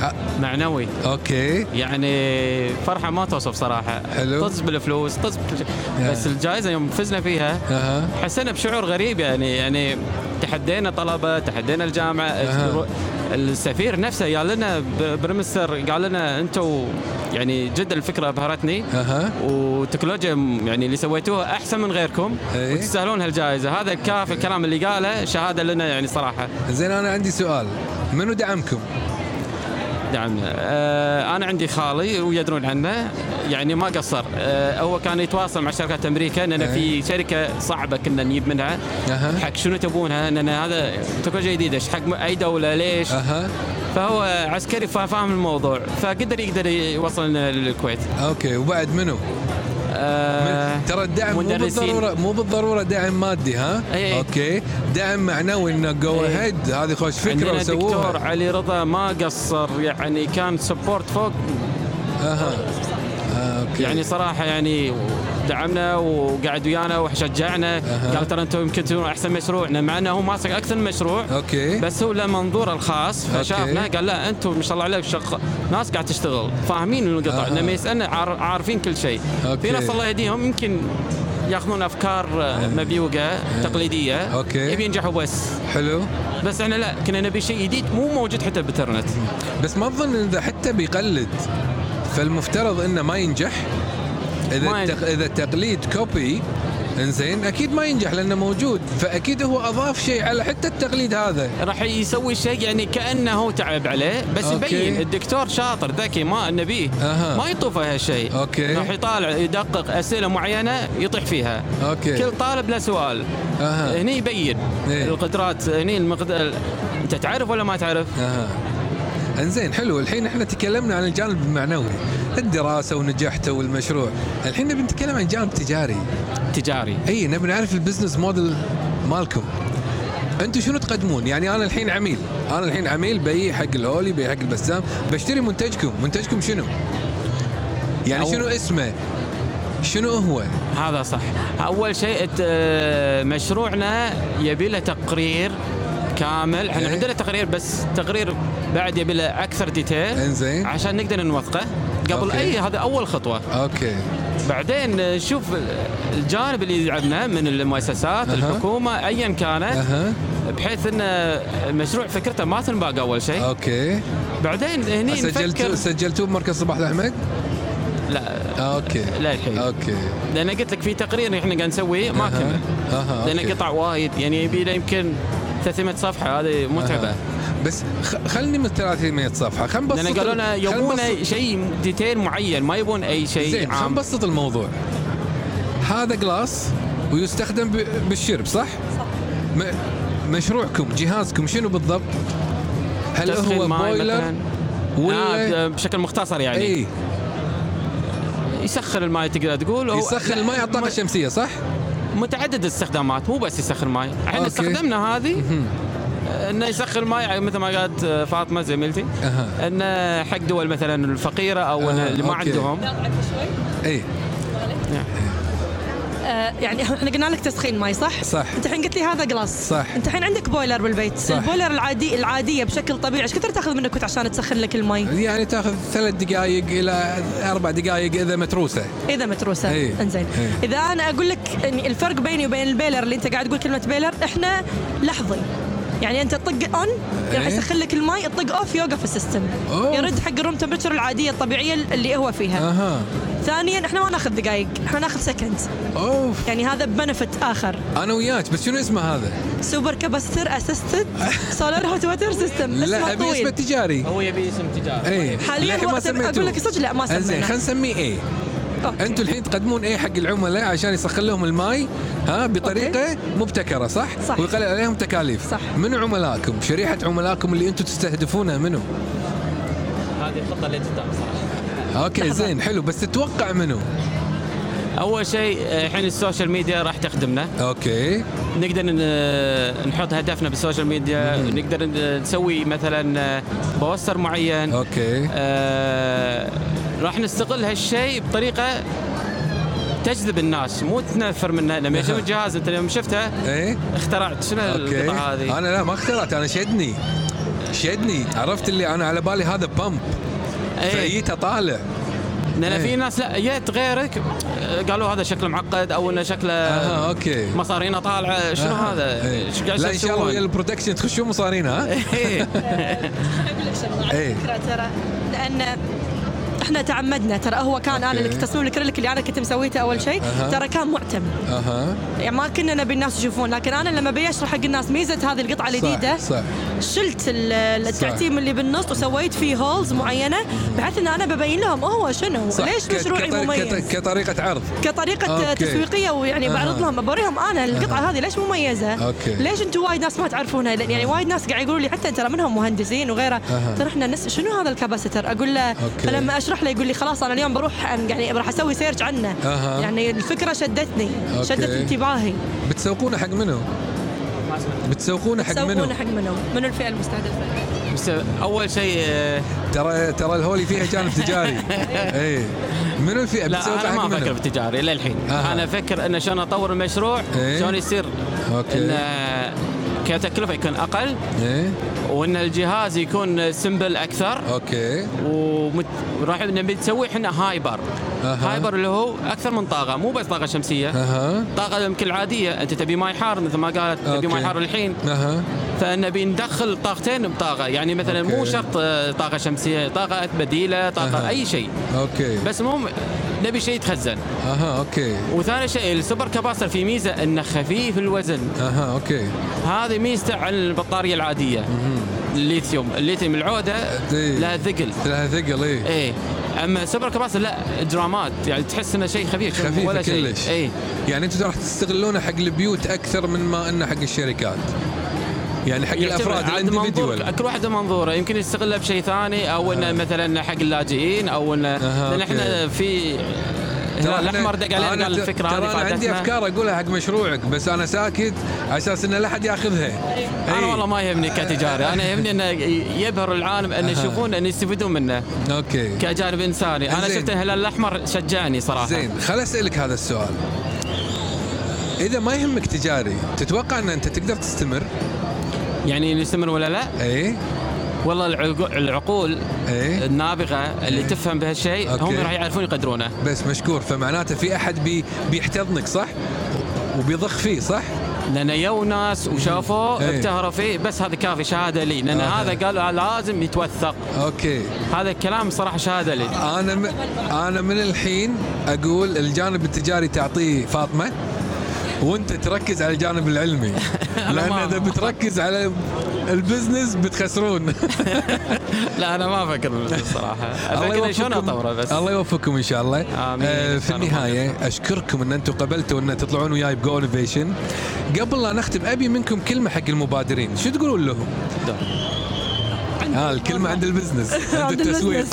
Speaker 1: ها،
Speaker 2: معنوي
Speaker 1: اوكي
Speaker 2: يعني فرحه ما توصف صراحه
Speaker 1: حلو.
Speaker 2: طز بالفلوس طز بكل شيء. بس
Speaker 1: آه.
Speaker 2: الجائزه يوم فزنا فيها
Speaker 1: اها
Speaker 2: حسينا بشعور غريب يعني يعني تحدينا طلبه تحدينا الجامعه
Speaker 1: أها.
Speaker 2: السفير نفسه قال لنا ب- برمستر قال لنا انتم يعني جدا الفكره ابهرتني
Speaker 1: اها
Speaker 2: وتكنولوجيا م- يعني اللي سويتوها احسن من غيركم
Speaker 1: إيه.
Speaker 2: وتستاهلون هالجائزه هذا كاف الكلام اللي قاله شهاده لنا يعني صراحه
Speaker 1: زين انا عندي سؤال منو دعمكم؟
Speaker 2: دعمنا نعم. آه انا عندي خالي ويدرون عنه يعني ما قصر آه هو كان يتواصل مع شركات امريكا اننا في شركه صعبه كنا نجيب منها
Speaker 1: إيه. أها.
Speaker 2: حق شنو تبونها ان هذا تكنولوجيا جديده إيش حق اي دوله ليش
Speaker 1: اها
Speaker 2: فهو عسكري فاهم الموضوع فقدر يقدر يوصلنا للكويت
Speaker 1: اوكي وبعد منو؟
Speaker 2: آه
Speaker 1: ترى الدعم مو
Speaker 2: مدرسين.
Speaker 1: بالضروره مو بالضروره دعم مادي ها؟
Speaker 2: إيه.
Speaker 1: اوكي دعم معنوي انه جو
Speaker 2: إيه.
Speaker 1: هيد هذه خوش فكره
Speaker 2: عندنا دكتور
Speaker 1: وسووها
Speaker 2: علي رضا ما قصر يعني كان سبورت فوق
Speaker 1: اها آه، اوكي
Speaker 2: يعني صراحه يعني دعمنا وقعد ويانا وشجعنا
Speaker 1: أها.
Speaker 2: قال ترى انتم يمكن تكونون احسن مشروع إنه مع انه هو ماسك اكثر من مشروع
Speaker 1: اوكي
Speaker 2: بس هو له منظوره الخاص
Speaker 1: أوكي.
Speaker 2: فشافنا قال لا انتم ما شاء الله عليك شغ... ناس قاعد تشتغل فاهمين القطع
Speaker 1: أها.
Speaker 2: لما يسالنا عار... عارفين كل شيء
Speaker 1: أوكي.
Speaker 2: في ناس الله يهديهم يمكن ياخذون افكار مبيوقه تقليديه
Speaker 1: أوكي.
Speaker 2: يبي ينجحوا بس
Speaker 1: حلو
Speaker 2: بس احنا لا كنا نبي شيء جديد مو موجود حتى بالترنت
Speaker 1: بس ما اظن إن اذا حتى بيقلد فالمفترض انه ما ينجح اذا
Speaker 2: ما ينجح.
Speaker 1: التق... اذا التقليد كوبي انزين اكيد ما ينجح لانه موجود فاكيد هو اضاف شيء على حتى التقليد هذا
Speaker 2: راح يسوي شيء يعني كانه هو تعب عليه بس
Speaker 1: أوكي.
Speaker 2: يبين الدكتور شاطر ذكي ما نبيه
Speaker 1: أها.
Speaker 2: ما يطوفه هالشيء
Speaker 1: أوكي.
Speaker 2: راح يطالع يدقق اسئله معينه يطيح فيها
Speaker 1: أوكي.
Speaker 2: كل طالب له سؤال
Speaker 1: أها.
Speaker 2: هني يبين
Speaker 1: إيه.
Speaker 2: القدرات هني المقد... ال- انت تعرف ولا ما تعرف؟
Speaker 1: اها آه. انزين حلو الحين احنا تكلمنا عن الجانب المعنوي الدراسه ونجاحته والمشروع الحين نبي نتكلم عن جانب تجاري
Speaker 2: تجاري
Speaker 1: اي نبي نعرف البزنس موديل مالكم انتم شنو تقدمون يعني انا الحين عميل انا الحين عميل بي حق الهولي بي حق البسام بشتري منتجكم منتجكم شنو يعني
Speaker 2: أو-
Speaker 1: شنو اسمه شنو هو
Speaker 2: هذا صح اول شيء ت- مشروعنا يبي له تقرير كامل احنا
Speaker 1: إيه.
Speaker 2: عندنا تقرير بس تقرير بعد يبي له اكثر ديتيل
Speaker 1: إنزين.
Speaker 2: عشان نقدر نوثقه قبل
Speaker 1: إيه، أوكي.
Speaker 2: اي هذا اول خطوه
Speaker 1: اوكي
Speaker 2: بعدين نشوف الجانب اللي يدعمنا من المؤسسات
Speaker 1: أها.
Speaker 2: الحكومه ايا كانت
Speaker 1: اها
Speaker 2: بحيث ان المشروع فكرته ما تنباق اول شيء
Speaker 1: اوكي
Speaker 2: بعدين هني
Speaker 1: سجلتوا
Speaker 2: إيه. نفكر
Speaker 1: سجلتوه بمركز صباح الاحمد
Speaker 2: لا
Speaker 1: اوكي
Speaker 2: لا الحين.
Speaker 1: اوكي
Speaker 2: لان قلت لك في تقرير احنا قاعد نسويه ما
Speaker 1: أها.
Speaker 2: كمل
Speaker 1: أها،
Speaker 2: لان
Speaker 1: أوكي.
Speaker 2: قطع وايد يعني يبي له يمكن 300 صفحه هذه متعبه
Speaker 1: آه. بس خ- خلني من 300 صفحه خلينا نبسط
Speaker 2: لان قالوا لنا
Speaker 1: خلنا نبسط-
Speaker 2: يبون شيء ديتيل معين ما يبون اي شيء
Speaker 1: زين خلينا
Speaker 2: عام
Speaker 1: نبسط الموضوع هذا جلاس ويستخدم ب- بالشرب صح؟ صح مشروعكم جهازكم شنو بالضبط؟ هل
Speaker 2: تسخين
Speaker 1: هو
Speaker 2: ماي
Speaker 1: بويلر إيه،
Speaker 2: مثلاً.
Speaker 1: ويا
Speaker 2: آه بشكل مختصر يعني
Speaker 1: اي
Speaker 2: يسخن الماء تقدر تقول هو-
Speaker 1: يسخن الماء على الطاقه الشمسيه صح؟
Speaker 2: متعدد الاستخدامات مو بس يسخن ماي احنا
Speaker 1: أوكي.
Speaker 2: استخدمنا هذه آه، انه يسخن الماي مثل ما قالت آه، فاطمه زميلتي
Speaker 1: أها.
Speaker 2: انه حق دول مثلا الفقيره او
Speaker 1: أها،
Speaker 2: اللي ما
Speaker 1: أوكي.
Speaker 2: عندهم
Speaker 1: اي
Speaker 3: آه، يعني احنا قلنا لك تسخين ماي صح؟
Speaker 1: صح.
Speaker 3: انت الحين قلت لي هذا جلاس
Speaker 1: صح.
Speaker 3: انت الحين عندك بويلر بالبيت
Speaker 1: صح.
Speaker 3: البويلر العادي العاديه بشكل طبيعي ايش كثر تاخذ منك وقت عشان تسخن لك الماي؟
Speaker 1: يعني تاخذ ثلاث دقائق الى اربع دقائق اذا متروسه
Speaker 3: اذا متروسه
Speaker 1: إيه.
Speaker 3: انزين
Speaker 1: إيه.
Speaker 3: اذا انا اقول لك إن الفرق بيني وبين البيلر اللي انت قاعد تقول كلمه بيلر احنا لحظي يعني انت تطق اون
Speaker 1: إيه.
Speaker 3: راح يسخن لك الماي تطق اوف يوقف السيستم
Speaker 1: أوف.
Speaker 3: يرد حق الروم تمبرتشر العاديه الطبيعيه اللي هو فيها
Speaker 1: اها
Speaker 3: ثانيا احنا ما ناخذ دقائق احنا ناخذ سكند
Speaker 1: اوف
Speaker 3: يعني هذا بنفت اخر
Speaker 1: انا وياك بس شنو اسمه هذا؟
Speaker 3: سوبر كاباسيتر اسيستد سولار هوت واتر سيستم
Speaker 1: لا
Speaker 3: اسمه
Speaker 1: ابي اسمه
Speaker 3: طويل
Speaker 1: تجاري
Speaker 2: هو يبي اسم تجاري
Speaker 1: اي
Speaker 3: إيه. حالياً
Speaker 1: للحين إيه. ما
Speaker 3: وقت-
Speaker 1: سميتوه.
Speaker 3: أقول لك صدق لا ما سميناه.
Speaker 1: انزين خلينا نسميه اي
Speaker 3: أوكي.
Speaker 1: انتم الحين تقدمون اي حق العملاء عشان يسخن لهم الماي ها بطريقه مبتكره صح؟
Speaker 3: صح.
Speaker 1: ويقلل عليهم تكاليف
Speaker 3: صح.
Speaker 1: منو عملائكم؟ شريحه عملائكم اللي انتم تستهدفونها منو؟
Speaker 2: هذه الخطه اللي قدام صراحه
Speaker 1: اوكي
Speaker 3: لحظة.
Speaker 1: زين حلو بس تتوقع منو؟
Speaker 2: اول شيء آه، الحين السوشيال ميديا راح تخدمنا
Speaker 1: اوكي
Speaker 2: نقدر ن- نحط هدفنا بالسوشيال ميديا نقدر ن- نسوي مثلا آه، بوستر معين
Speaker 1: اوكي
Speaker 2: آه، راح نستغل هالشيء بطريقه تجذب الناس مو تنفر منها لما يشوف
Speaker 1: أها.
Speaker 2: الجهاز انت يوم شفته
Speaker 1: ايه
Speaker 2: اخترعت شنو
Speaker 1: اوكي
Speaker 2: القطعه هذه؟
Speaker 1: انا لا ما اخترعت انا شدني شدني عرفت اللي انا على بالي هذا بامب
Speaker 2: ايه
Speaker 1: فجيت طالع
Speaker 2: لان
Speaker 1: إيه.
Speaker 2: في ناس لا جت غيرك آه، قالوا هذا شكله معقد او انه شكله
Speaker 1: اها اوكي
Speaker 2: مصارينا طالعه شنو
Speaker 1: أها،
Speaker 2: هذا؟
Speaker 1: إيه.
Speaker 2: ايش قاعد
Speaker 1: لا ان شاء الله
Speaker 2: تسوون؟
Speaker 1: ويا البرودكشن تخشون مصارينا ها
Speaker 2: إيه.
Speaker 3: اقول لك شغله
Speaker 1: إيه.
Speaker 3: على فكره ترى لان احنا تعمدنا ترى هو كان انا
Speaker 1: أوكي.
Speaker 3: التصميم الكريليك اللي انا كنت مسويته اول شيء
Speaker 1: أها.
Speaker 3: ترى كان معتم
Speaker 1: اها
Speaker 3: يعني ما كنا نبي الناس يشوفون لكن انا لما ابي اشرح حق الناس ميزه هذه القطعه الجديده
Speaker 1: صح صح
Speaker 3: شلت ال- التعتيم اللي بالنص وسويت فيه هولز معينه بحيث ان انا ببين لهم هو شنو
Speaker 1: صح.
Speaker 3: ليش
Speaker 1: ك-
Speaker 3: مشروعي
Speaker 1: كطريق-
Speaker 3: مميز
Speaker 1: كط- كطريقه عرض
Speaker 3: كطريقة
Speaker 1: أوكي.
Speaker 3: تسويقية ويعني
Speaker 1: أها.
Speaker 3: بعرض لهم بوريهم انا القطعة هذه ليش مميزة؟
Speaker 1: أوكي.
Speaker 3: ليش انتم وايد ناس ما تعرفونها؟ لأن يعني وايد ناس قاعد يقولوا لي حتى ترى منهم مهندسين وغيره
Speaker 1: أها.
Speaker 3: ترى احنا نس... شنو هذا الكاباسيتر؟ اقول له
Speaker 1: أوكي.
Speaker 3: فلما اشرح له يقول لي خلاص انا اليوم بروح أن- يعني راح اسوي سيرش عنه
Speaker 1: أها.
Speaker 3: يعني الفكرة شدتني
Speaker 1: أوكي.
Speaker 3: شدت انتباهي
Speaker 1: بتسوقونه حق منو؟ بتسوقونه حق منو؟
Speaker 3: سوونا حق منو؟ منو الفئة المستهدفة؟
Speaker 2: بس اول شيء آه،
Speaker 1: ترى ترى الهولي فيها جانب تجاري اي منو الفئه
Speaker 2: لا
Speaker 1: بتسوقونه
Speaker 2: انا
Speaker 1: حق
Speaker 2: ما افكر
Speaker 1: منو؟
Speaker 2: بالتجاري الى الحين
Speaker 1: أها.
Speaker 2: انا افكر انه شلون اطور المشروع
Speaker 1: إيه.
Speaker 2: شلون يصير
Speaker 1: أوكي.
Speaker 2: انه كتكلفه يكون اقل
Speaker 1: ايه
Speaker 2: وان الجهاز يكون سمبل اكثر
Speaker 1: اوكي
Speaker 2: ومت- وراح نبي نسوي احنا هايبر
Speaker 1: أها.
Speaker 2: هايبر اللي هو اكثر من طاقه مو بس طاقه شمسيه
Speaker 1: اها
Speaker 2: طاقه يمكن العاديه انت تبي ماي حار مثل ما قالت
Speaker 1: أوكي. نعم.
Speaker 2: تبي ماي حار الحين
Speaker 1: اها
Speaker 2: فنبي ندخل طاقتين بطاقه يعني مثلا مو
Speaker 1: أوكي.
Speaker 2: شرط آه، طاقه شمسيه طاقه بديله طاقه
Speaker 1: أها.
Speaker 2: اي شيء
Speaker 1: اوكي
Speaker 2: بس المهم نبي شيء يتخزن
Speaker 1: اها اوكي
Speaker 2: وثاني شيء السوبر كاباستر في ميزه انه خفيف الوزن
Speaker 1: اها اوكي
Speaker 2: هذه ميزته عن البطاريه العاديه الليثيوم الليثيوم العوده
Speaker 1: إيه.
Speaker 2: لها ثقل
Speaker 1: لها ثقل ايه
Speaker 2: ايه اما السوبر كاباستر لا جرامات يعني تحس انه شيء خفيف شوف
Speaker 1: خفيفه
Speaker 2: ولا شيء.
Speaker 1: كلش
Speaker 2: ايه
Speaker 1: يعني انتم راح تستغلونه حق البيوت اكثر من ما انه حق الشركات يعني حق
Speaker 2: يعتمد
Speaker 1: الافراد
Speaker 2: عاد منظور
Speaker 1: الانديفيدوال
Speaker 2: كل واحد منظوره يمكن يستغلها بشيء ثاني او انه مثلا حق اللاجئين او انه
Speaker 1: أها،
Speaker 2: لان
Speaker 1: أوكي.
Speaker 2: احنا في هنا الاحمر دق علينا قال الفكره
Speaker 1: ترى
Speaker 2: هذه
Speaker 1: انا عندي
Speaker 2: فادتنا.
Speaker 1: افكار اقولها حق مشروعك بس انا ساكت على اساس انه لا احد ياخذها
Speaker 2: انا
Speaker 1: إيه.
Speaker 2: والله ما يهمني كتجاري انا يهمني انه يبهر العالم انه يشوفون انه يستفيدون منه
Speaker 1: اوكي
Speaker 2: كجانب انساني انا
Speaker 1: زين.
Speaker 2: شفت الهلال الاحمر شجعني صراحه
Speaker 1: زين خل اسالك هذا السؤال اذا ما يهمك تجاري تتوقع ان انت تقدر تستمر إيه،
Speaker 2: يعني نستمر ولا لا
Speaker 1: اي
Speaker 2: والله العقو- العقول
Speaker 1: اي
Speaker 2: النابغه اللي
Speaker 1: إيه.
Speaker 2: تفهم بهالشيء هم
Speaker 1: أوكي.
Speaker 2: راح يعرفون يقدرونه
Speaker 1: بس مشكور فمعناته في احد بي بيحتضنك صح وبيضخ فيه صح
Speaker 2: لان يو ناس وشافوه
Speaker 1: إيه.
Speaker 2: ابتهروا فيه بس هذا كافي شهاده لي لان
Speaker 1: آه.
Speaker 2: هذا قال لازم يتوثق
Speaker 1: اوكي
Speaker 2: هذا الكلام صراحه شهاده لي
Speaker 1: انا م... انا من الحين اقول الجانب التجاري تعطيه فاطمه وانت تركز على الجانب العلمي لان
Speaker 2: ما-
Speaker 1: اذا بتركز على البزنس بتخسرون
Speaker 2: لا انا ما افكر بالنسبة الصراحه افكر شلون اطوره بس
Speaker 1: الله يوفقكم ان شاء الله
Speaker 2: آمين.
Speaker 1: آه
Speaker 2: إن
Speaker 1: في
Speaker 2: شاء الله.
Speaker 1: النهايه اشكركم ان انتم قبلتوا ان تطلعون وياي بجو انوفيشن قبل لا نختم ابي منكم كلمه حق المبادرين شو تقولون لهم
Speaker 2: دور.
Speaker 1: ها الكلمه آه، عند البزنس عند التسويق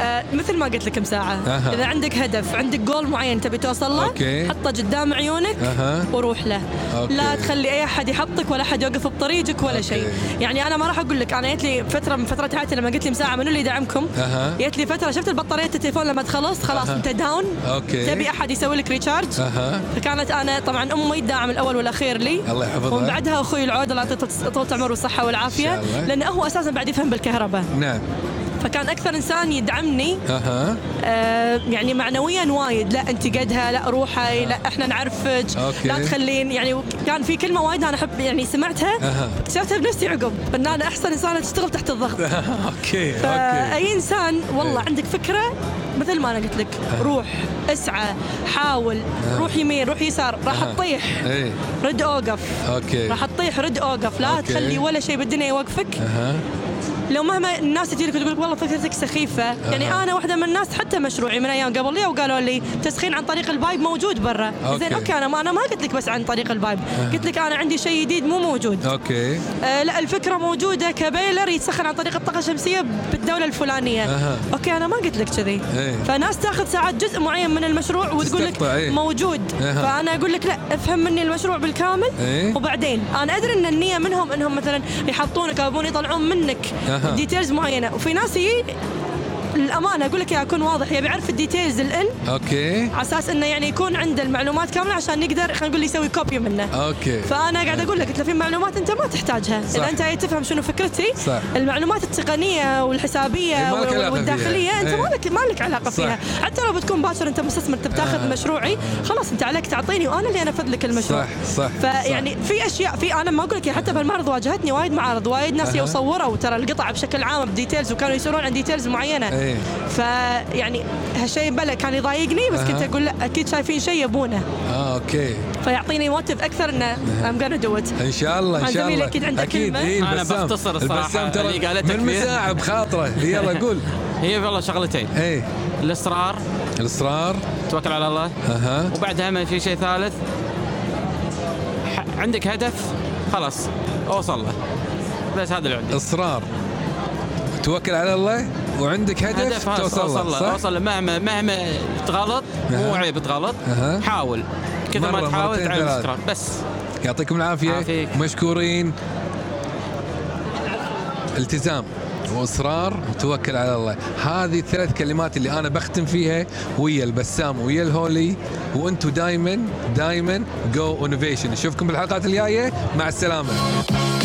Speaker 3: آه، مثل ما قلت لكم ساعة
Speaker 1: أها.
Speaker 3: إذا عندك هدف عندك جول معين تبي توصل له
Speaker 1: أوكي.
Speaker 3: حطه قدام عيونك
Speaker 1: أها.
Speaker 3: وروح له
Speaker 1: أوكي.
Speaker 3: لا تخلي أي أحد يحطك ولا أحد يوقف بطريقك ولا
Speaker 1: أوكي.
Speaker 3: شيء يعني أنا ما راح أقول لك أنا جت لي فترة من فترات حياتي لما قلت لي مساعة منو اللي يدعمكم
Speaker 1: أها.
Speaker 3: جت لي فترة شفت البطارية التليفون لما تخلص خلاص
Speaker 1: أها.
Speaker 3: أنت داون
Speaker 1: أوكي.
Speaker 3: تبي أحد يسوي لك ريتشارج
Speaker 1: اها
Speaker 3: فكانت انا طبعا امي ما الداعم الاول والاخير لي
Speaker 1: الله يحفظها.
Speaker 3: ومن بعدها اخوي العود الله يعطيه طول عمره والصحه
Speaker 1: إن
Speaker 3: والعافيه
Speaker 1: شاء الله.
Speaker 3: لانه هو اساسا بعد يفهم بالكهرباء
Speaker 1: نعم
Speaker 3: فكان اكثر انسان يدعمني
Speaker 1: اها
Speaker 3: آه، يعني معنويا وايد لا انت قدها لا روحي لا احنا نعرفك
Speaker 1: آه. أوكي.
Speaker 3: لا تخلين يعني كان في كلمه وايد انا احب يعني سمعتها
Speaker 1: اها
Speaker 3: اكتشفتها بنفسي عقب ان انا احسن انسانه تشتغل تحت الضغط
Speaker 1: اوكي اوكي
Speaker 3: فاي انسان والله
Speaker 1: إيه.
Speaker 3: عندك فكره مثل ما انا قلت لك روح اسعى حاول روح يمين روح يسار راح
Speaker 1: أها. إيه.
Speaker 3: تطيح
Speaker 1: اي
Speaker 3: رد اوقف
Speaker 1: اوكي
Speaker 3: راح تطيح رد اوقف لا
Speaker 1: أوكي.
Speaker 3: تخلي ولا شيء بالدنيا يوقفك
Speaker 1: اها
Speaker 3: لو مهما الناس تجي لك وتقول لك والله فكرتك سخيفه يعني انا واحده من الناس حتى مشروعي من ايام قبل لي وقالوا لي تسخين عن طريق البايب موجود برا
Speaker 1: أوكي.
Speaker 3: زين اوكي انا ما انا ما قلت لك بس عن طريق البايب قلت لك انا عندي شيء جديد مو موجود
Speaker 1: اوكي
Speaker 3: آه، لا الفكره موجوده كبيلر يتسخن عن طريق الطاقه الشمسيه بالدوله الفلانيه
Speaker 1: أها.
Speaker 3: اوكي انا ما قلت لك كذي
Speaker 1: إيه.
Speaker 3: فناس تاخذ ساعات جزء معين من المشروع وتقول لك
Speaker 1: تستقطع، إيه.
Speaker 3: موجود
Speaker 1: أها.
Speaker 3: فانا اقول لك لا افهم مني المشروع بالكامل
Speaker 1: إيه.
Speaker 3: وبعدين انا ادري ان النيه منهم انهم مثلا يحطونك او يبون يطلعون منك
Speaker 1: أها.
Speaker 3: ديتيلز معينه وفي ناس يجي للامانه اقول لك يا اكون واضح يبي يعرف الديتيلز الان
Speaker 1: اوكي
Speaker 3: على اساس انه يعني يكون عنده المعلومات كامله عشان يقدر خلينا نقول يسوي كوبي
Speaker 1: آه.
Speaker 3: منه
Speaker 1: اوكي
Speaker 3: فانا قاعد اقول لك انت في معلومات انت ما تحتاجها
Speaker 1: صح.
Speaker 3: اذا انت جاي تفهم شنو فكرتي
Speaker 1: صح.
Speaker 3: المعلومات التقنيه
Speaker 1: إيه،
Speaker 3: والحسابيه
Speaker 1: ما لك علاقة
Speaker 3: وال- والداخليه
Speaker 1: فيها.
Speaker 3: انت
Speaker 1: إيه.
Speaker 3: ما لك ما لك علاقه
Speaker 1: صح.
Speaker 3: فيها حتى لو بتكون باشر انت مستثمر انت بتاخذ
Speaker 1: آه.
Speaker 3: مشروعي خلاص انت عليك تعطيني وانا اللي انفذ لك المشروع
Speaker 1: صح، صح،
Speaker 3: فيعني في اشياء في انا ما اقول لك يعني حتى بالمعرض واجهتني وايد معارض وايد ناس
Speaker 1: أها.
Speaker 3: آه. صوروا ترى القطع بشكل عام بديتيلز وكانوا يسولون عن ديتيلز معينه
Speaker 1: إيه.
Speaker 3: فيعني يعني هالشيء بلا كان يضايقني بس
Speaker 1: أها.
Speaker 3: كنت اقول لا اكيد شايفين شيء يبونه
Speaker 1: اه اوكي
Speaker 3: فيعطيني موتيف اكثر انه I'm gonna do it
Speaker 1: ان شاء الله ان
Speaker 3: عن
Speaker 1: شاء
Speaker 3: زميلي
Speaker 1: الله
Speaker 3: أكيد عنده
Speaker 1: اكيد
Speaker 3: كلمة.
Speaker 1: إيه،
Speaker 2: أنا
Speaker 1: البسام.
Speaker 2: بختصر الصراحة،
Speaker 1: البسام ترى
Speaker 2: اللي قالته
Speaker 1: من
Speaker 2: كبير.
Speaker 1: مساع بخاطره يلا قول إيه.
Speaker 2: هي والله شغلتين
Speaker 1: اي
Speaker 2: الاصرار
Speaker 1: الاصرار
Speaker 2: توكل على الله
Speaker 1: اها
Speaker 2: وبعدها ما في شيء ثالث ح- عندك هدف خلاص اوصل له بس هذا اللي عندي
Speaker 1: اصرار توكل على الله وعندك هدف,
Speaker 2: هذا
Speaker 1: توصل له
Speaker 2: اوصل له
Speaker 1: صح؟
Speaker 2: اوصل له مهما مهما تغلط مو
Speaker 1: أها.
Speaker 2: عيب تغلط
Speaker 1: أها.
Speaker 2: حاول كذا ما
Speaker 1: مرة،
Speaker 2: تحاول
Speaker 1: مرتين،
Speaker 2: تعلم
Speaker 1: ثلاث.
Speaker 2: تكرار بس
Speaker 1: يعطيكم العافية
Speaker 2: عافيك.
Speaker 1: مشكورين التزام واصرار وتوكل على الله هذه الثلاث كلمات اللي انا بختم فيها ويا البسام ويا الهولي وانتم دايما دايما جو انوفيشن نشوفكم بالحلقات الجايه مع السلامه